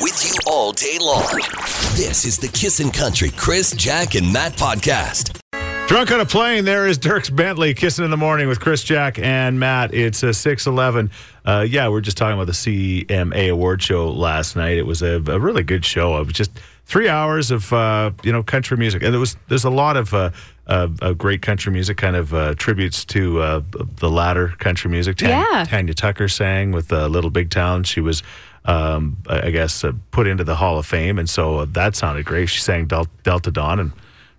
with you all day long. This is the Kissin' Country Chris, Jack, and Matt podcast. Drunk on a plane, there is Dirks Bentley kissing in the morning with Chris Jack and Matt. It's a 611. Uh, yeah, we we're just talking about the CMA award show last night. It was a, a really good show. It was just three hours of uh, you know country music, and there was there's a lot of uh, uh, uh, great country music, kind of uh, tributes to uh, the latter country music. Tan- Yeah. Tanya Tucker sang with uh, Little Big Town. She was. Um, I I guess uh, put into the Hall of Fame, and so uh, that sounded great. She sang Del- Delta Dawn, and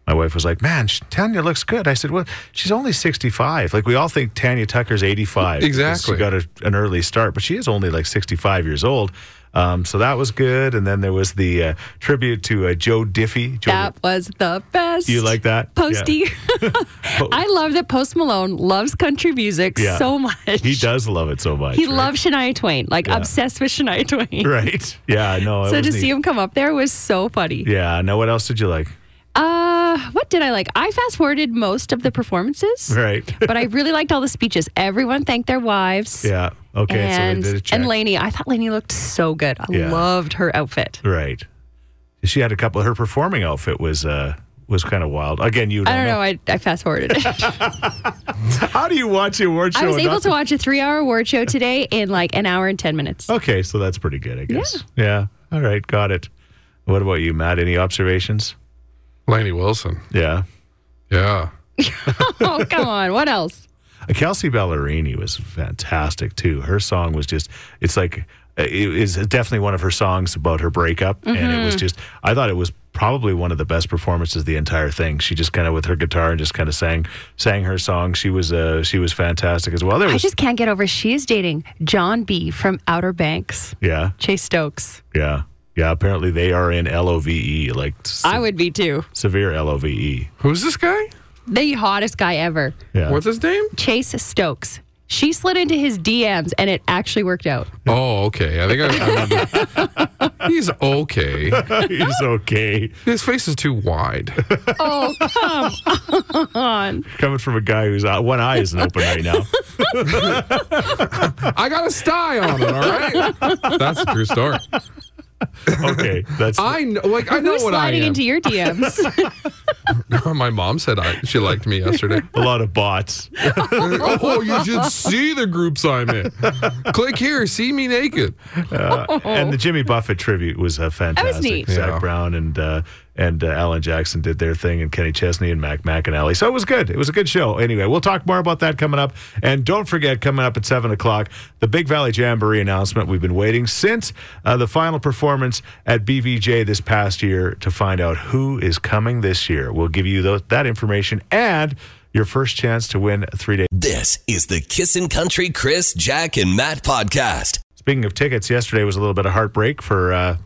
my wife was like, "Man, she, Tanya looks good." I said, "Well, she's only sixty-five. Like we all think Tanya Tucker's eighty-five. because Exactly. She got a, an early start, but she is only like sixty-five years old." Um, so that was good, and then there was the uh, tribute to uh, Joe Diffie. Joe, That was the best. you like that, Oh, Posty? Yeah. I love that Post Malone loves country music Yeah. so much. he does love it so much. He right? loves Shania Twain, like obsessed with Shania Twain. right. Yeah, no. it So was to neat. see him come up there was so funny. Yeah. No. What else did you like? Uh, what did I like? I fast forwarded most of the performances, Right. but I really liked all the speeches. Everyone thanked their wives. yeah. Okay. And, so they did a check. and Lainey, I thought Lainey looked so good. I Yeah. loved her outfit. Right. She had a couple. Her performing outfit was uh was kind of wild. Again, you don't, I don't know. I, I fast forwarded. How do you watch the award show? I was and able not- to watch a three hour award show today in like an hour and 10 minutes. Okay, so that's pretty good, I guess. Yeah. All right, got it. What about you, Matt? Any observations? Laney Wilson. Yeah. Yeah. oh, come on. What else? Uh, Kelsey Ballerini was fantastic too. Her song was just, it's like, uh, it is definitely one of her songs about her breakup. And it Mm-hmm. was just, I thought it was probably one of the best performances of the entire thing. She just kind of with her guitar and just kind of sang, sang her song. She was, uh, she was fantastic as well. There I was, just can't get over. She is dating John B. from Outer Banks, yeah, Chase Stokes. yeah, yeah. Apparently they are in L O V E, like se- I would be too. severe L O V E. Who's this guy? The hottest guy ever, Yeah. What's his name? Chase Stokes. She slid into his DMs and it actually worked out. Oh, okay. I think I remember. He's okay. He's okay. His face is too wide. Oh, come on. Coming from a guy whose uh, one eye isn't open right now. I got a sty on it, all right? That's a true story. Okay, that's I know, like, I know Who's what I sliding am. into your DMs? My mom said I, she liked me yesterday. a lot of bots. oh, you should see the groups I'm in. Click here, see me naked. And the Jimmy Buffett tribute was uh, fantastic. neat. Zach Yeah. Brown and uh, and uh, Alan Jackson did their thing, and Kenny Chesney and Mac McAnally. So it was good. It was a good show. Anyway, we'll talk more about that coming up. And don't forget, coming up at seven o'clock, the Big Valley Jamboree announcement. We've been waiting since uh, the final performance at BVJ this past year to find out who is coming this year. We'll give you tho- that information and your first chance to win a three day. This is the Kissin' Country Chris, Jack, and Matt podcast. Speaking of tickets, yesterday was a little bit of heartbreak for uh,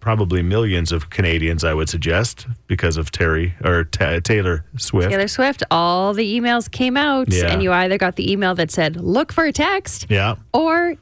probably millions of Canadians, I would suggest, because of Terry or Ta Taylor Swift. Taylor Swift, all the emails came out, Yeah. and you either got the email that said, look for a text, Yeah. or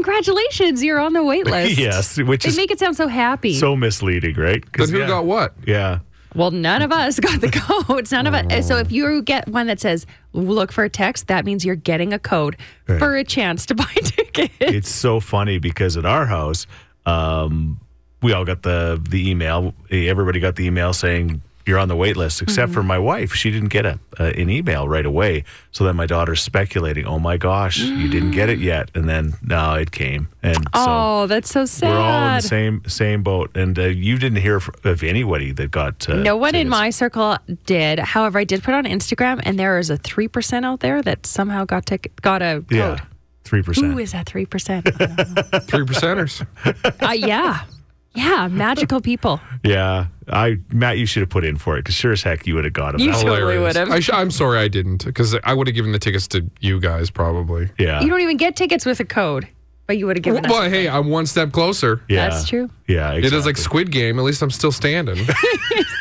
congratulations, you're on the wait list. Yes, which They is make it sound so happy. so misleading, right? Then 'Cause, who yeah, got what? Yeah. well, none of us got the codes. None of us. So if you get one that says look for a text, that means you're getting a code for a chance to buy a ticket. it's so funny because at our house, um, we all got the the email. Everybody got the email saying you're on the wait list, except Mm-hmm. for my wife. She didn't get a, uh, an email right away. So then my daughter's speculating, "Oh my gosh, you didn't get it yet!" And then no, it came, and so. Mm. oh, that's so sad. We're all in the same same boat, and uh, you didn't hear f- of anybody that got. Uh, no one in tickets. my circle did. However, I did put on Instagram, and there is a three percent out there that somehow got ticket, got a code. yeah three Who percent. is that three percent? Three percenters. uh, yeah, yeah, magical people. Yeah, I Matt, you should have put in for it because sure as heck you would have got them. You That- should- Totally would've. I sh- I'm sorry I didn't, because I would have given the tickets to you guys probably. yeah, You don't even get tickets with a code, but you would have given. us- But hey, I'm one step closer. yeah, That's true. Yeah, It is like exactly. Squid Game. At least I'm still standing.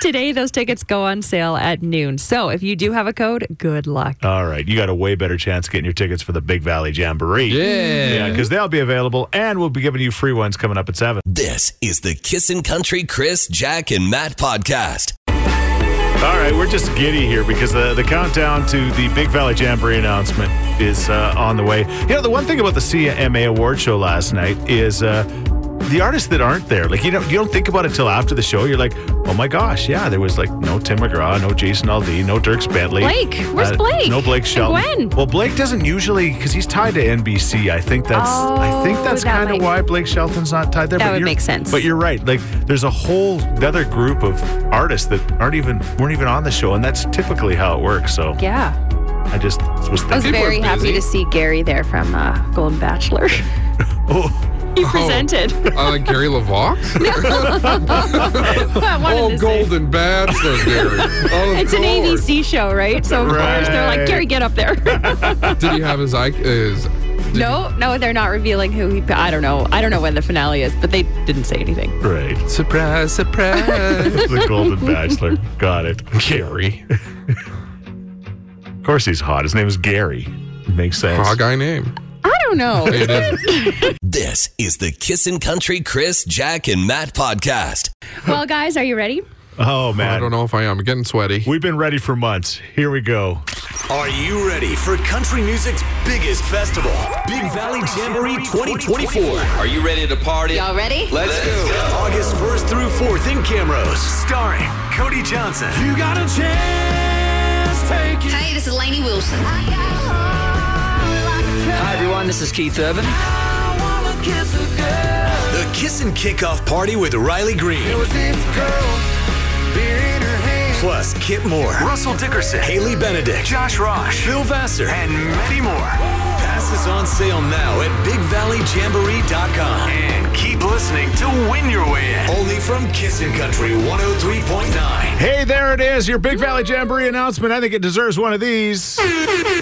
Today, those tickets go on sale at noon. So if you do have a code, good luck. All right, you got a way better chance getting your tickets for the Big Valley Jamboree. Yeah. yeah, because they'll be available, and we'll be giving you free ones coming up at seven. This is the Kissin' Country Chris, Jack, and Matt podcast. All right, we're just giddy here because the, the countdown to the Big Valley Jamboree announcement is uh, on the way. You know, the one thing about the CMA award show last night is uh, the artists that aren't there, like you don't you don't think about it till after the show. You're like, oh my gosh, yeah, there was like no Tim McGraw, no Jason Aldean, no Dirk Bentley, uh, Blake, where's Blake? no Blake And Shelton. Gwen. Well, Blake doesn't usually because he's tied to NBC. I think that's I think Oh, that's that kind of might- why Blake Shelton's not tied there. That but would you're- make sense. But you're right. Like there's a whole other group of artists that aren't even weren't even on the show, and that's typically how it works. So Yeah. I just was I was thinking. People are very happy busy. to see Gary there from uh, Golden Bachelor. Oh, he presented. I like Gary LaVox. I wanted oh, to say- Golden Bachelor, Gary. Oh, It's an ABC show, right? So of course they're Right. like, Gary, get up there. Did he have his eye? His, did- no, no, they're not revealing who he. I don't know. I don't know when the finale is, but they didn't say anything. right. Surprise, surprise. the Golden Bachelor. Got it. Gary. of course he's hot. His name is Gary. Makes sense. Hog guy name. I don't know. It is. This is the Kissin' Country Chris, Jack, and Matt podcast. well, guys, are you ready? Oh I don't man. know if I am. I'm getting sweaty. We've been ready for months. Here we go. Are you ready for country music's biggest festival, Big Valley Jamboree 2024? Are you ready to party? Y'all ready? Let's go. August 1st through 4th in Camrose, starring Cody Johnson. You got a chance, take it. Hey, this is Lainey Wilson. Hi everyone, this is Keith Urban. The Kiss and Kickoff Party with Riley Green. Plus, Kit Moore, Russell Dickerson, Haley Benedict, Josh Rosh, Phil Vassar, and many more. Passes on sale now at BigValleyJamboree.com. And keep listening to win your way in. Only from Kissin' Country 103.9. Hey, there it is. Your Big Valley Jamboree announcement. I think it deserves one of these. Heck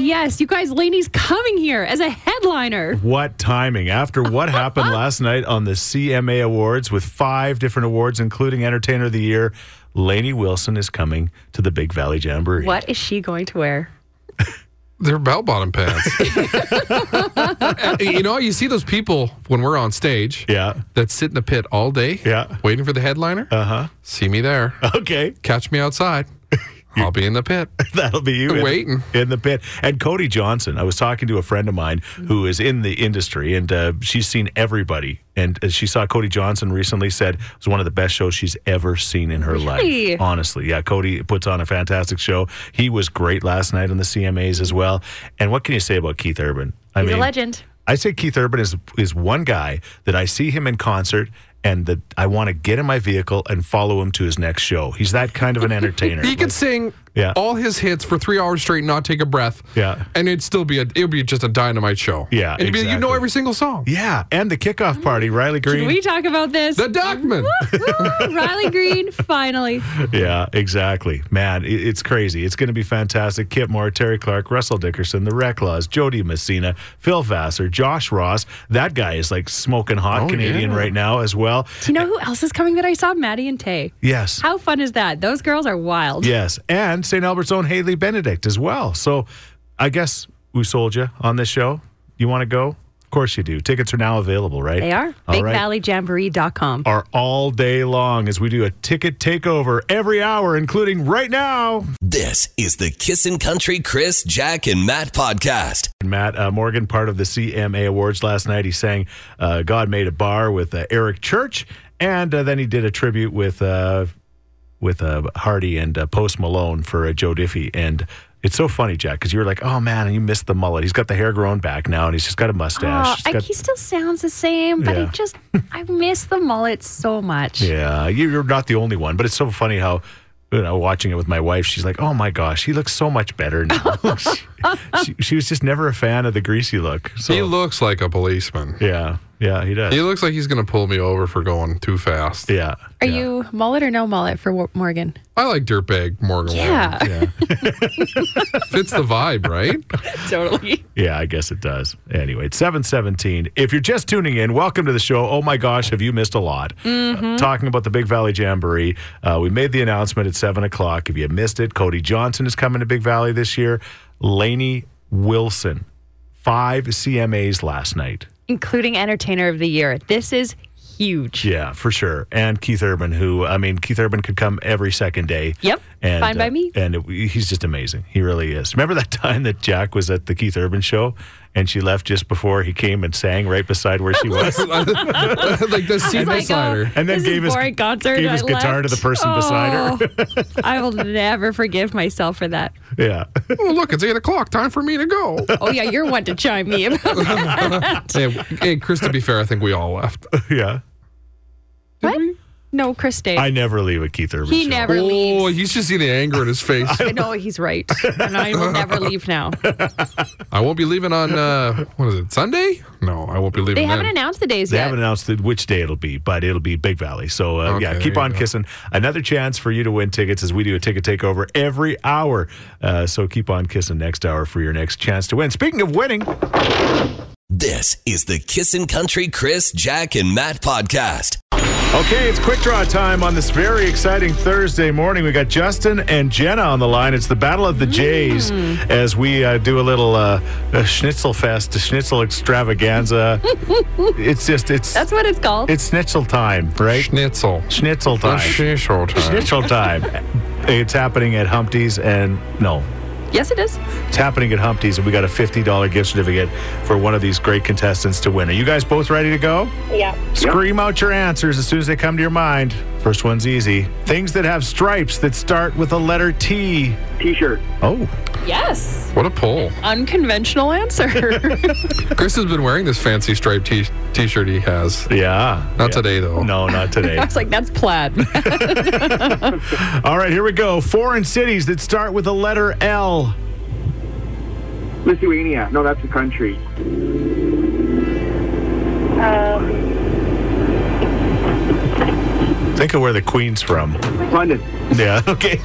yes, you guys, Laney's coming here as a headliner. What timing? After what happened last night on the CMA Awards with five different awards, including Entertainer of the Year, Lainey Wilson is coming to the Big Valley Jamboree. What is she going to wear? They're bell bottom pants. you know, you see those people when we're on stage Yeah. that sit in the pit all day, Yeah. Uh-huh. waiting for the headliner. Uh huh. See me there. Okay. Catch me outside. I'll be in the pit. That'll be you in, Waiting. in the pit. And Cody Johnson, I was talking to a friend of mine who is in the industry, and uh, she's seen everybody. And uh, she saw Cody Johnson recently. Said it was one of the best shows she's ever seen in her Really? life. Honestly, yeah, Cody puts on a fantastic show. He was great last night on the CMAs as well. And what can you say about Keith Urban? I He's a legend. I say Keith Urban is is one guy that I see him in concert. And that I want to get in my vehicle and follow him to his next show. He's that kind of an entertainer. He could sing Yeah. all his hits for three hours straight and not take a breath. Yeah. And it'd still be a it would be just a dynamite show. Yeah, And you know exactly. every single song. Yeah, and the kickoff party, Riley Green. Can Mm. we talk about this? The Duckman. Riley Green, finally. Yeah, exactly. Man, i- it's crazy. It's going to be fantastic. Kip Moore, Terry Clark, Russell Dickerson, the Reclaws, Jody Messina, Phil Vassar, Josh Ross. That guy is like smoking hot Oh, Canadian yeah. right now as well. Do you know who else is coming that I saw? Maddie and Tay. Yes. How fun is that? Those girls are wild. Yes, and St. Albert's own Haley Benedict as well. So I guess we sold you on this show. You want to go? Of course you do. Tickets are now available, right? They are. All right. Oh, BigValleyJamboree.com. Are all day long as we do a ticket takeover every hour, including right now. This is the Kissin' Country Chris, Jack, and Matt podcast. Matt uh, Morgan, part of the CMA Awards last night, he sang uh, "God Made a Bar" with uh, Eric Church, and uh, then he did a tribute with uh, with uh, Hardy and uh, Post Malone for uh, Joe Diffie. And it's so funny, Jack, because you were like, "Oh man, you missed the mullet. He's got the hair grown back now, and he's just got a mustache." Oh, He's I, got- he still sounds the same, but Yeah. he just, I miss the mullet so much. yeah, you- you're not the only one, but it's so funny how. You know, watching it with my wife, she's like, "Oh my gosh, he looks so much better now." she, she was just never a fan of the greasy look. So he looks like a policeman. yeah, yeah, he does. He looks like he's gonna pull me over for going too fast. yeah. Are yeah. you mullet or no mullet for Wa- Morgan? I like dirtbag Morgan. Wallen. Yeah, Fits the vibe, right? totally. Yeah, I guess it does. Anyway, it's 717. If you're just tuning in, welcome to the show. Oh my gosh, have you missed a lot? Uh, talking about the Big Valley Jamboree. Uh, we made the announcement at 7 o'clock. If you missed it, Cody Johnson is coming to Big Valley this year. Laney Wilson, five CMAs last night. Including Entertainer of the Year. This is huge. Yeah, for sure. And Keith Urban, who, I mean, Keith Urban could come every second day. Yep. And, uh, Fine by me. And it- he's just amazing. He really is. Remember that time that Jack was at the Keith Urban show and she left just before he came and sang right beside where she was? like the I sea was like, oh, beside her. And then this gave is his- boring concert. gave his I guitar left. to the person beside her. I will never forgive myself for that. yeah. Oh, look, it's eight o'clock. Time for me to go. Oh yeah, you're one to chime me. About and, and Chris, to be fair, I think we all left. yeah. what? No, Chris stayed. I never leave a Keith Urban he show. never Oh, leaves. you should see the anger in his face. I know he's right, and I will never leave now. I won't be leaving on uh, what is it? Sunday? No, I won't be leaving. They haven't then. announced the days They yet. haven't announced that which day it'll be, but it'll be Big Valley. So uh, Okay, yeah, there keep you on go. kissing. Another chance for you to win tickets as we do a ticket takeover every hour. Uh, so keep on kissing next hour for your next chance to win. Speaking of winning, This is the Kissin' Country Chris, Jack, and Matt podcast. okay, it's quick draw time on this very exciting Thursday morning. We got Justin and Jenna on the line. It's the Battle of the Jays as we uh, do a little uh, uh schnitzel fest, a schnitzel extravaganza. it's just it's That's what it's called. it's schnitzel time, right? Schnitzel. Schnitzel time. Schnitzel time. Schnitzel time. It's happening at Humpty's, and no, yes, it is. it's happening at Humpty's, and we got a $50 gift certificate for one of these great contestants to win. Are you guys both ready to go? Yeah. Scream out your answers as soon as they come to your mind. First one's easy. Things that have stripes that start with the letter T. T-shirt. Oh, Yes. What a poll. Unconventional answer. Chris has been wearing this fancy striped t- t-shirt he has. yeah. Not Yeah. today though. No, not I today. was like, that's plaid. All right, here we go. Foreign cities that start with the letter L. Lithuania. No, that's a country. Um, Think of where the queen's from. London. Yeah, okay.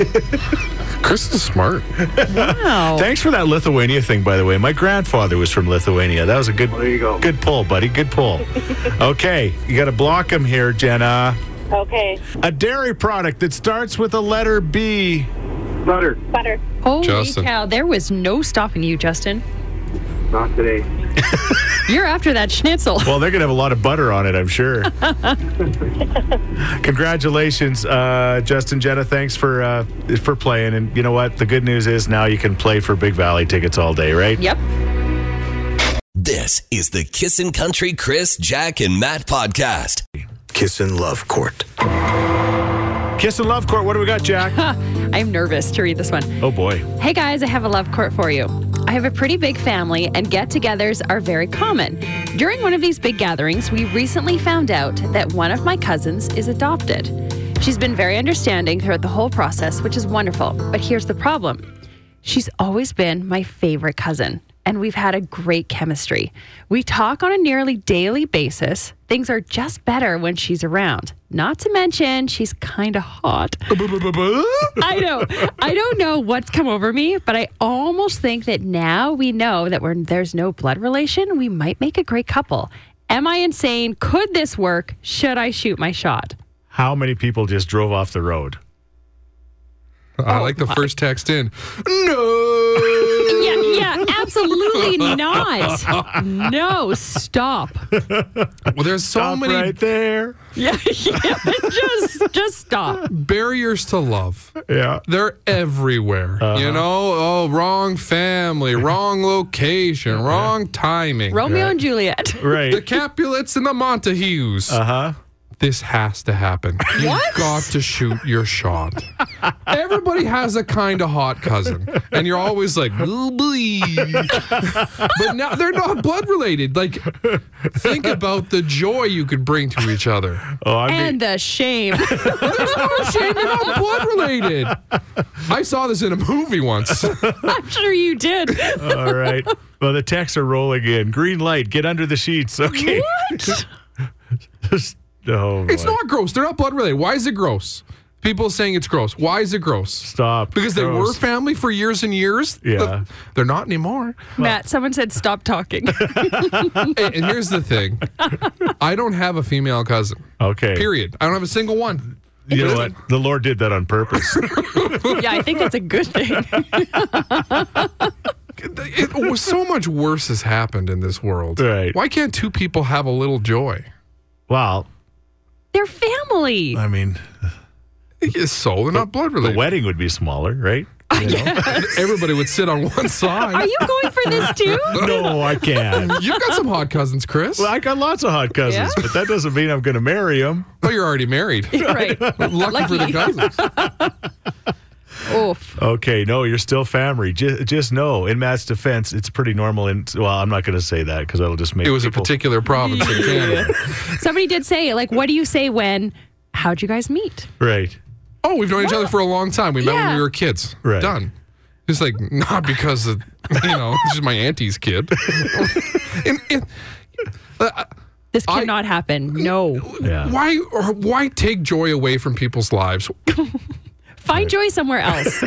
Chris is smart. Wow. Thanks for that Lithuania thing, by the way. My grandfather was from Lithuania. That was a good, There you go. good pull, buddy. Good pull. okay, you got to block him here, Jenna. okay. A dairy product that starts with a letter B. Butter. Butter. Holy Justin. cow. There was no stopping you, Justin. Not today. You're after that schnitzel. Well, they're gonna have a lot of butter on it, I'm sure. Congratulations, uh, Justin, Jenna. Thanks for uh, for playing. And you know what? The good news is now you can play for Big Valley tickets all day, right? Yep. This is the Kissin' Country Chris, Jack, and Matt podcast. Kiss and Love Court. Kiss and Love Court. What do we got, Jack? I'm nervous to read this one. oh boy. Hey guys, I have a love court for you. I have a pretty big family, and get togethers are very common. During one of these big gatherings, we recently found out that one of my cousins is adopted. She's been very understanding throughout the whole process, which is wonderful. But here's the problem she's always been my favorite cousin, and we've had a great chemistry. We talk on a nearly daily basis. Things are just better when she's around. Not to mention, she's kind of hot. I know. I don't know what's come over me, but I almost think that now we know that we're, there's no blood relation, we might make a great couple. Am I insane? Could this work? Should I shoot my shot? How many people just drove off the road? oh I like the first text in. No. Yeah, yeah, absolutely not. No, stop. Well, there's so Stop many right there. Yeah, yeah, just just stop. barriers to love. Yeah. They're everywhere. Uh-huh. You know, oh, wrong family, wrong location, wrong timing. Romeo and Juliet. the Right. Capulets and the Montagues. Uh huh. this has to happen. You've got to shoot your shot. Everybody has a kind of hot cousin, and you're always like, "Ooh, boy." but now they're not blood related. Like, think about the joy you could bring to each other. Oh, I mean, And the shame. Shane, you're not blood related. I saw this in a movie once. I'm sure you did. all right. Well, the texts are rolling in. Green light. Get under the sheets. Okay. Just- oh, It's boy. not gross. They're not blood related. Why is it gross? People saying it's gross. Why is it gross? Stop. Because they were Gross. family for years and years. Yeah. They're not anymore. Matt, someone said stop talking. and, and here's the thing I don't have a female cousin. Okay. Period. I don't have a single one. You know what? The Lord did that on purpose. Yeah, I think that's a good thing. It was so much worse has happened in this world. Right. Why can't two people have a little joy? well, They're family. I mean, Yes, so they're not blood The related. wedding would be smaller, right? You know? Everybody would sit on one Are side. you going for this too? Oh, no, I can't. You've got some hot cousins, Chris. Well, I got lots of hot cousins, Yeah? but that doesn't mean I'm going to marry them. oh, you're already married. right. Lucky, for the Lucky. cousins. Oof. Okay, no, you're still family. Just, just know, in Matt's defense, it's pretty normal. In well, I'm not going to say that because that'll just make It was a people- particular province in Canada. Somebody did say, like, what do you say when, how'd you guys meet? right. Oh, we've known each other for a long time. We met when Yeah. we were kids. Right. Done. It's like not because of you know, she's my auntie's kid. and, and This I- cannot happen. No. Yeah. why or why take joy away from people's lives? Find joy somewhere else.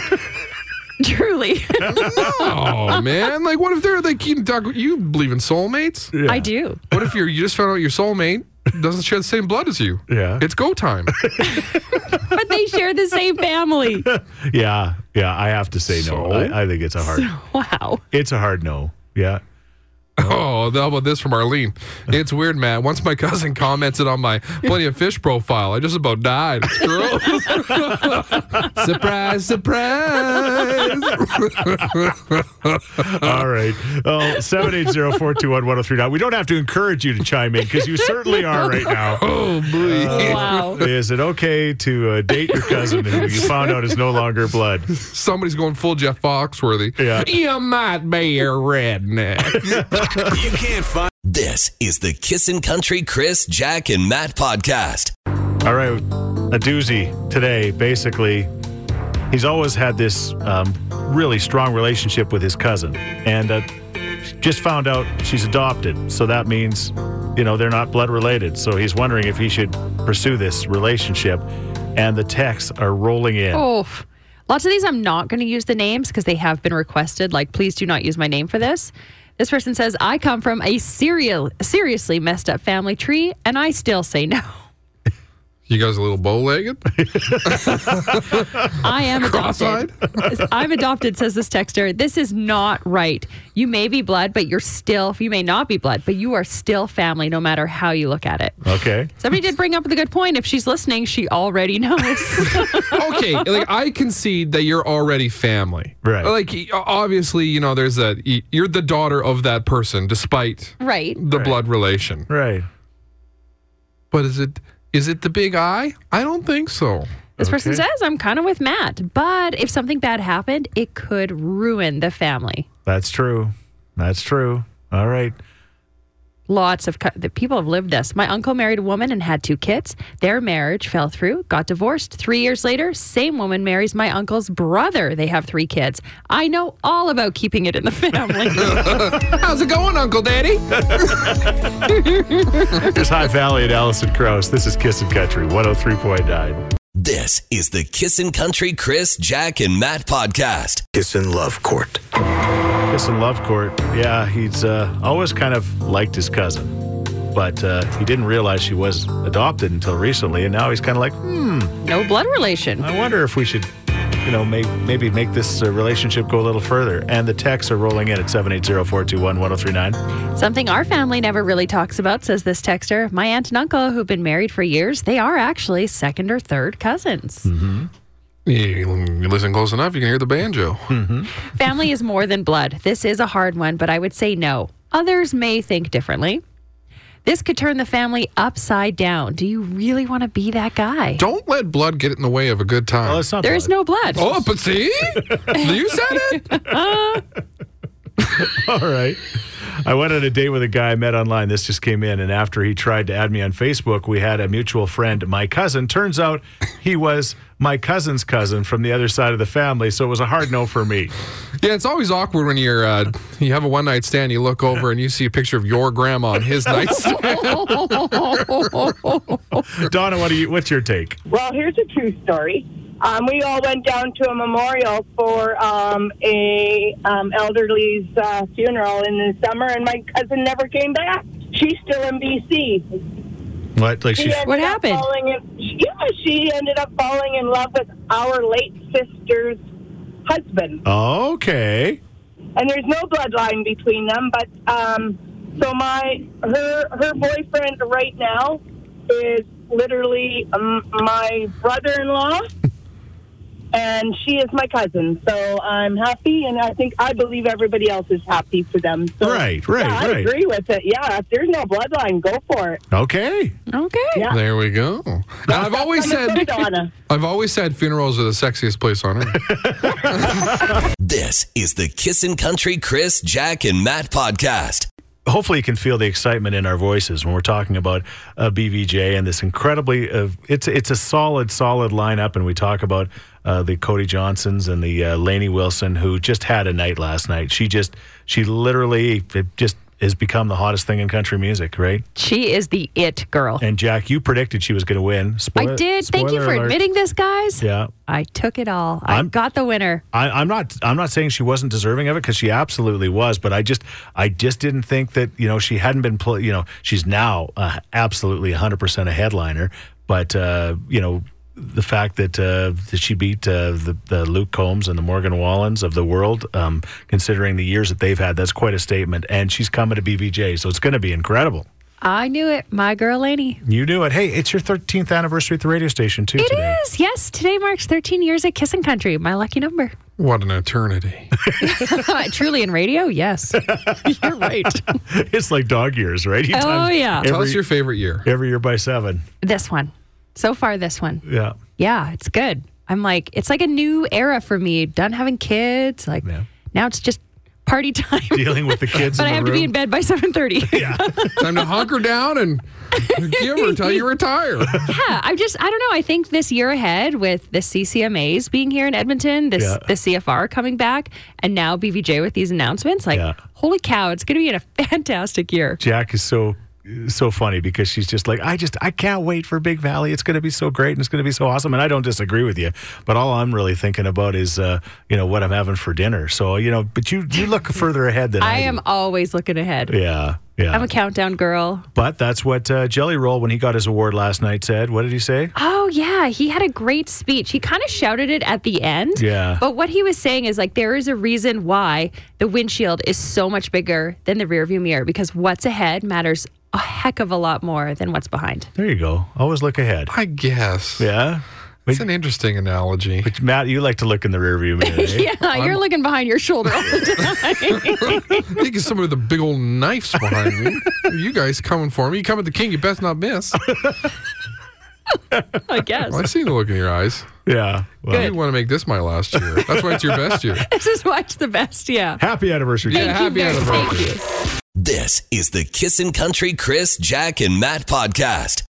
Truly. Oh man, like what if they're like you, Doug, you believe in soulmates? Yeah. I do. What if you're you just found out your soulmate doesn't share the same blood as you? Yeah. It's go time. But they share the same family. Yeah, yeah. I have to say So? no. I, I think it's a hard. Wow. It's a hard no. Yeah. Oh, how about this from Arlene? It's weird, Matt. Once my cousin commented on my Plenty of Fish profile, I just about died. It's gross. surprise, surprise. Uh-huh. All right. Oh, 780 421 1039. We don't have to encourage you to chime in because you certainly are right now. Oh, boy. Uh. Wow. Is it okay to uh, date your cousin who you found out is no longer blood? Somebody's going full Jeff Foxworthy. Yeah. You might be a redneck. You can't find. This is the Kissin' Country Chris, Jack, and Matt podcast. All right, a doozy today. Basically, he's always had this um, really strong relationship with his cousin, and uh, just found out she's adopted. So that means, you know, they're not blood related. So he's wondering if he should pursue this relationship. And the texts are rolling in. Oof. Lots of these I'm not going to use the names because they have been requested. Like, please do not use my name for this. This person says, I come from a serial, seriously messed up family tree, and I still say no. You guys a little bow legged? I am Cross-eyed? adopted. I'm adopted, says this texter. This is not right. You may be blood, but you're still, you may not be blood, but you are still family no matter how you look at it. Okay. Somebody did bring up the good point. If she's listening, she already knows. okay, like I concede that you're already family. Right. Like, y- obviously, you know, there's that y- you're the daughter of that person despite right. the blood relation. Right. But is it is it the big eye? I don't think so. This person Okay. says, I'm kind of with Matt, but if something bad happened, it could ruin the family. That's true. That's true. All right. Lots of cu- the people have lived this. My uncle married a woman and had two kids. Their marriage fell through, got divorced. Three years later, same woman marries my uncle's brother. They have three kids. I know all about keeping it in the family. How's it going, Uncle Daddy? Here's High Valley and Allison Krause. This is Kissin' Country 103.9. This is the Kissin' Country Chris, Jack, and Matt podcast. Kiss in Love Court. Kiss in Love Court. Yeah, he's uh, always kind of liked his cousin, but uh, he didn't realize she was adopted until recently, and now he's kind of like, hmm, no blood relation. I wonder if we should, you know, make, maybe make this uh, relationship go a little further. And the texts are rolling in at 780-421-1039. Something our family never really talks about, says this texter. My aunt and uncle, who've been married for years, they are actually second or third cousins. You, you listen close enough, you can hear the banjo. Hmm. Family is more than blood. This is a hard one, but I would say no. Others may think differently. This could turn the family upside down. Do you really want to be that guy? Don't let blood get in the way of a good time. Well, it's not There is bad. no blood. oh, but see, you said it. All right. I went on a date with a guy I met online. This just came in. And after he tried to add me on Facebook, we had a mutual friend, my cousin. Turns out he was my cousin's cousin from the other side of the family. So it was a hard no for me. Yeah, it's always awkward when you're uh, you have a one night stand, you look over and you see a picture of your grandma on his nightstand. Oh. Donna, what do you? What's your take? Well, here's a true story. Um, we all went down to a memorial for um, a um, elderly's uh, funeral in the summer, and my cousin never came back. She's still in BC. What? Like She she's ended What up happened? falling in- yeah, she ended up falling in love with our late sister's husband, okay. and there's no bloodline between them. But um, so my her her boyfriend right now is literally um, my brother-in-law. and she is my cousin. So I'm happy, and I think I believe everybody else is happy for them. So, Right, right, yeah, I right. agree with it. Yeah, if there's no bloodline, go for it. Okay. Okay. Yeah. There we go. And I've always Good, said Donna. I've always said funerals are the sexiest place on earth. This is the Kissin' Country Chris, Jack, and Matt podcast. hopefully you can feel the excitement in our voices when we're talking about uh, BVJ and this incredibly uh, it's it's a solid solid lineup and we talk about uh, the Cody Johnsons and the uh, Lainey Wilson who just had a night last night. She just she literally it just has become the hottest thing in country music, right? She is the it girl. And Jack, you predicted she was going to win. Spoil- I did. Thank you spoiler for alert. admitting this, guys. Yeah. I took it all. I I'm- got the winner. I, I'm not. I'm not saying she wasn't deserving of it because she absolutely was. But I just, I just didn't think that you know she hadn't been. Pl- you know, she's now uh, absolutely 100 percent a headliner. But uh, you know, the fact that uh, that she beat uh, the, the Luke Combs and the Morgan Wallens of the world, um, considering the years that they've had, that's quite a statement. And she's coming to BBJ, so it's going to be incredible. I knew it. My girl, Lainey. You knew it. Hey, it's your 13th anniversary at the radio station too. It today. is. Yes. Today marks 13 years at Kissing Country. My lucky number. What an eternity. Truly in radio. Yes. You're right. It's like dog years, right? You oh, times- yeah. Tell us Every- your favorite year. Every year by seven. This one. So far, this one. Yeah. Yeah. It's good. I'm like, it's like a new era for me. Done having kids. Like, Yeah. now it's just party time. dealing with the kids. but in I the have to be in bed by 7.30. Yeah. Time to hunker down and give her until you retire. Yeah, I just I don't know. I think this year ahead with the CCMAs being here in Edmonton, this Yeah. the CFR coming back, and now BVJ with these announcements, like Yeah. holy cow, it's going to be a fantastic year. Jack is so so funny because she's just like I just I can't wait for Big Valley. It's going to be so great and it's going to be so awesome. And I don't disagree with you, but all I'm really thinking about is uh, you know what I'm having for dinner. So you know, but you you look further ahead than I, I do. am always looking ahead. Yeah, yeah. I'm a countdown girl. but that's what uh, Jelly Roll when he got his award last night said. What did he say? Oh yeah, he had a great speech. He kind of shouted it at the end. Yeah. But what he was saying is like there is a reason why the windshield is so much bigger than the rearview mirror because what's ahead matters a heck of a lot more than what's behind. There you go. Always look ahead. I guess. Yeah. It's an interesting analogy. But Matt, you like to look in the rearview mirror. eh? Yeah, you're looking behind your shoulder all the time. Think of somebody with the big old knives behind me. You guys coming for me. You come at the king, you best not miss. I guess. Well, I see the look in your eyes. Yeah. Well, You want to make this my last year. That's why it's your best year. This is why it's the best, yeah. Happy anniversary. Yeah, Jack. Thank happy you very- anniversary. Thank you. This is the Kissin' Country Chris, Jack, and Matt podcast.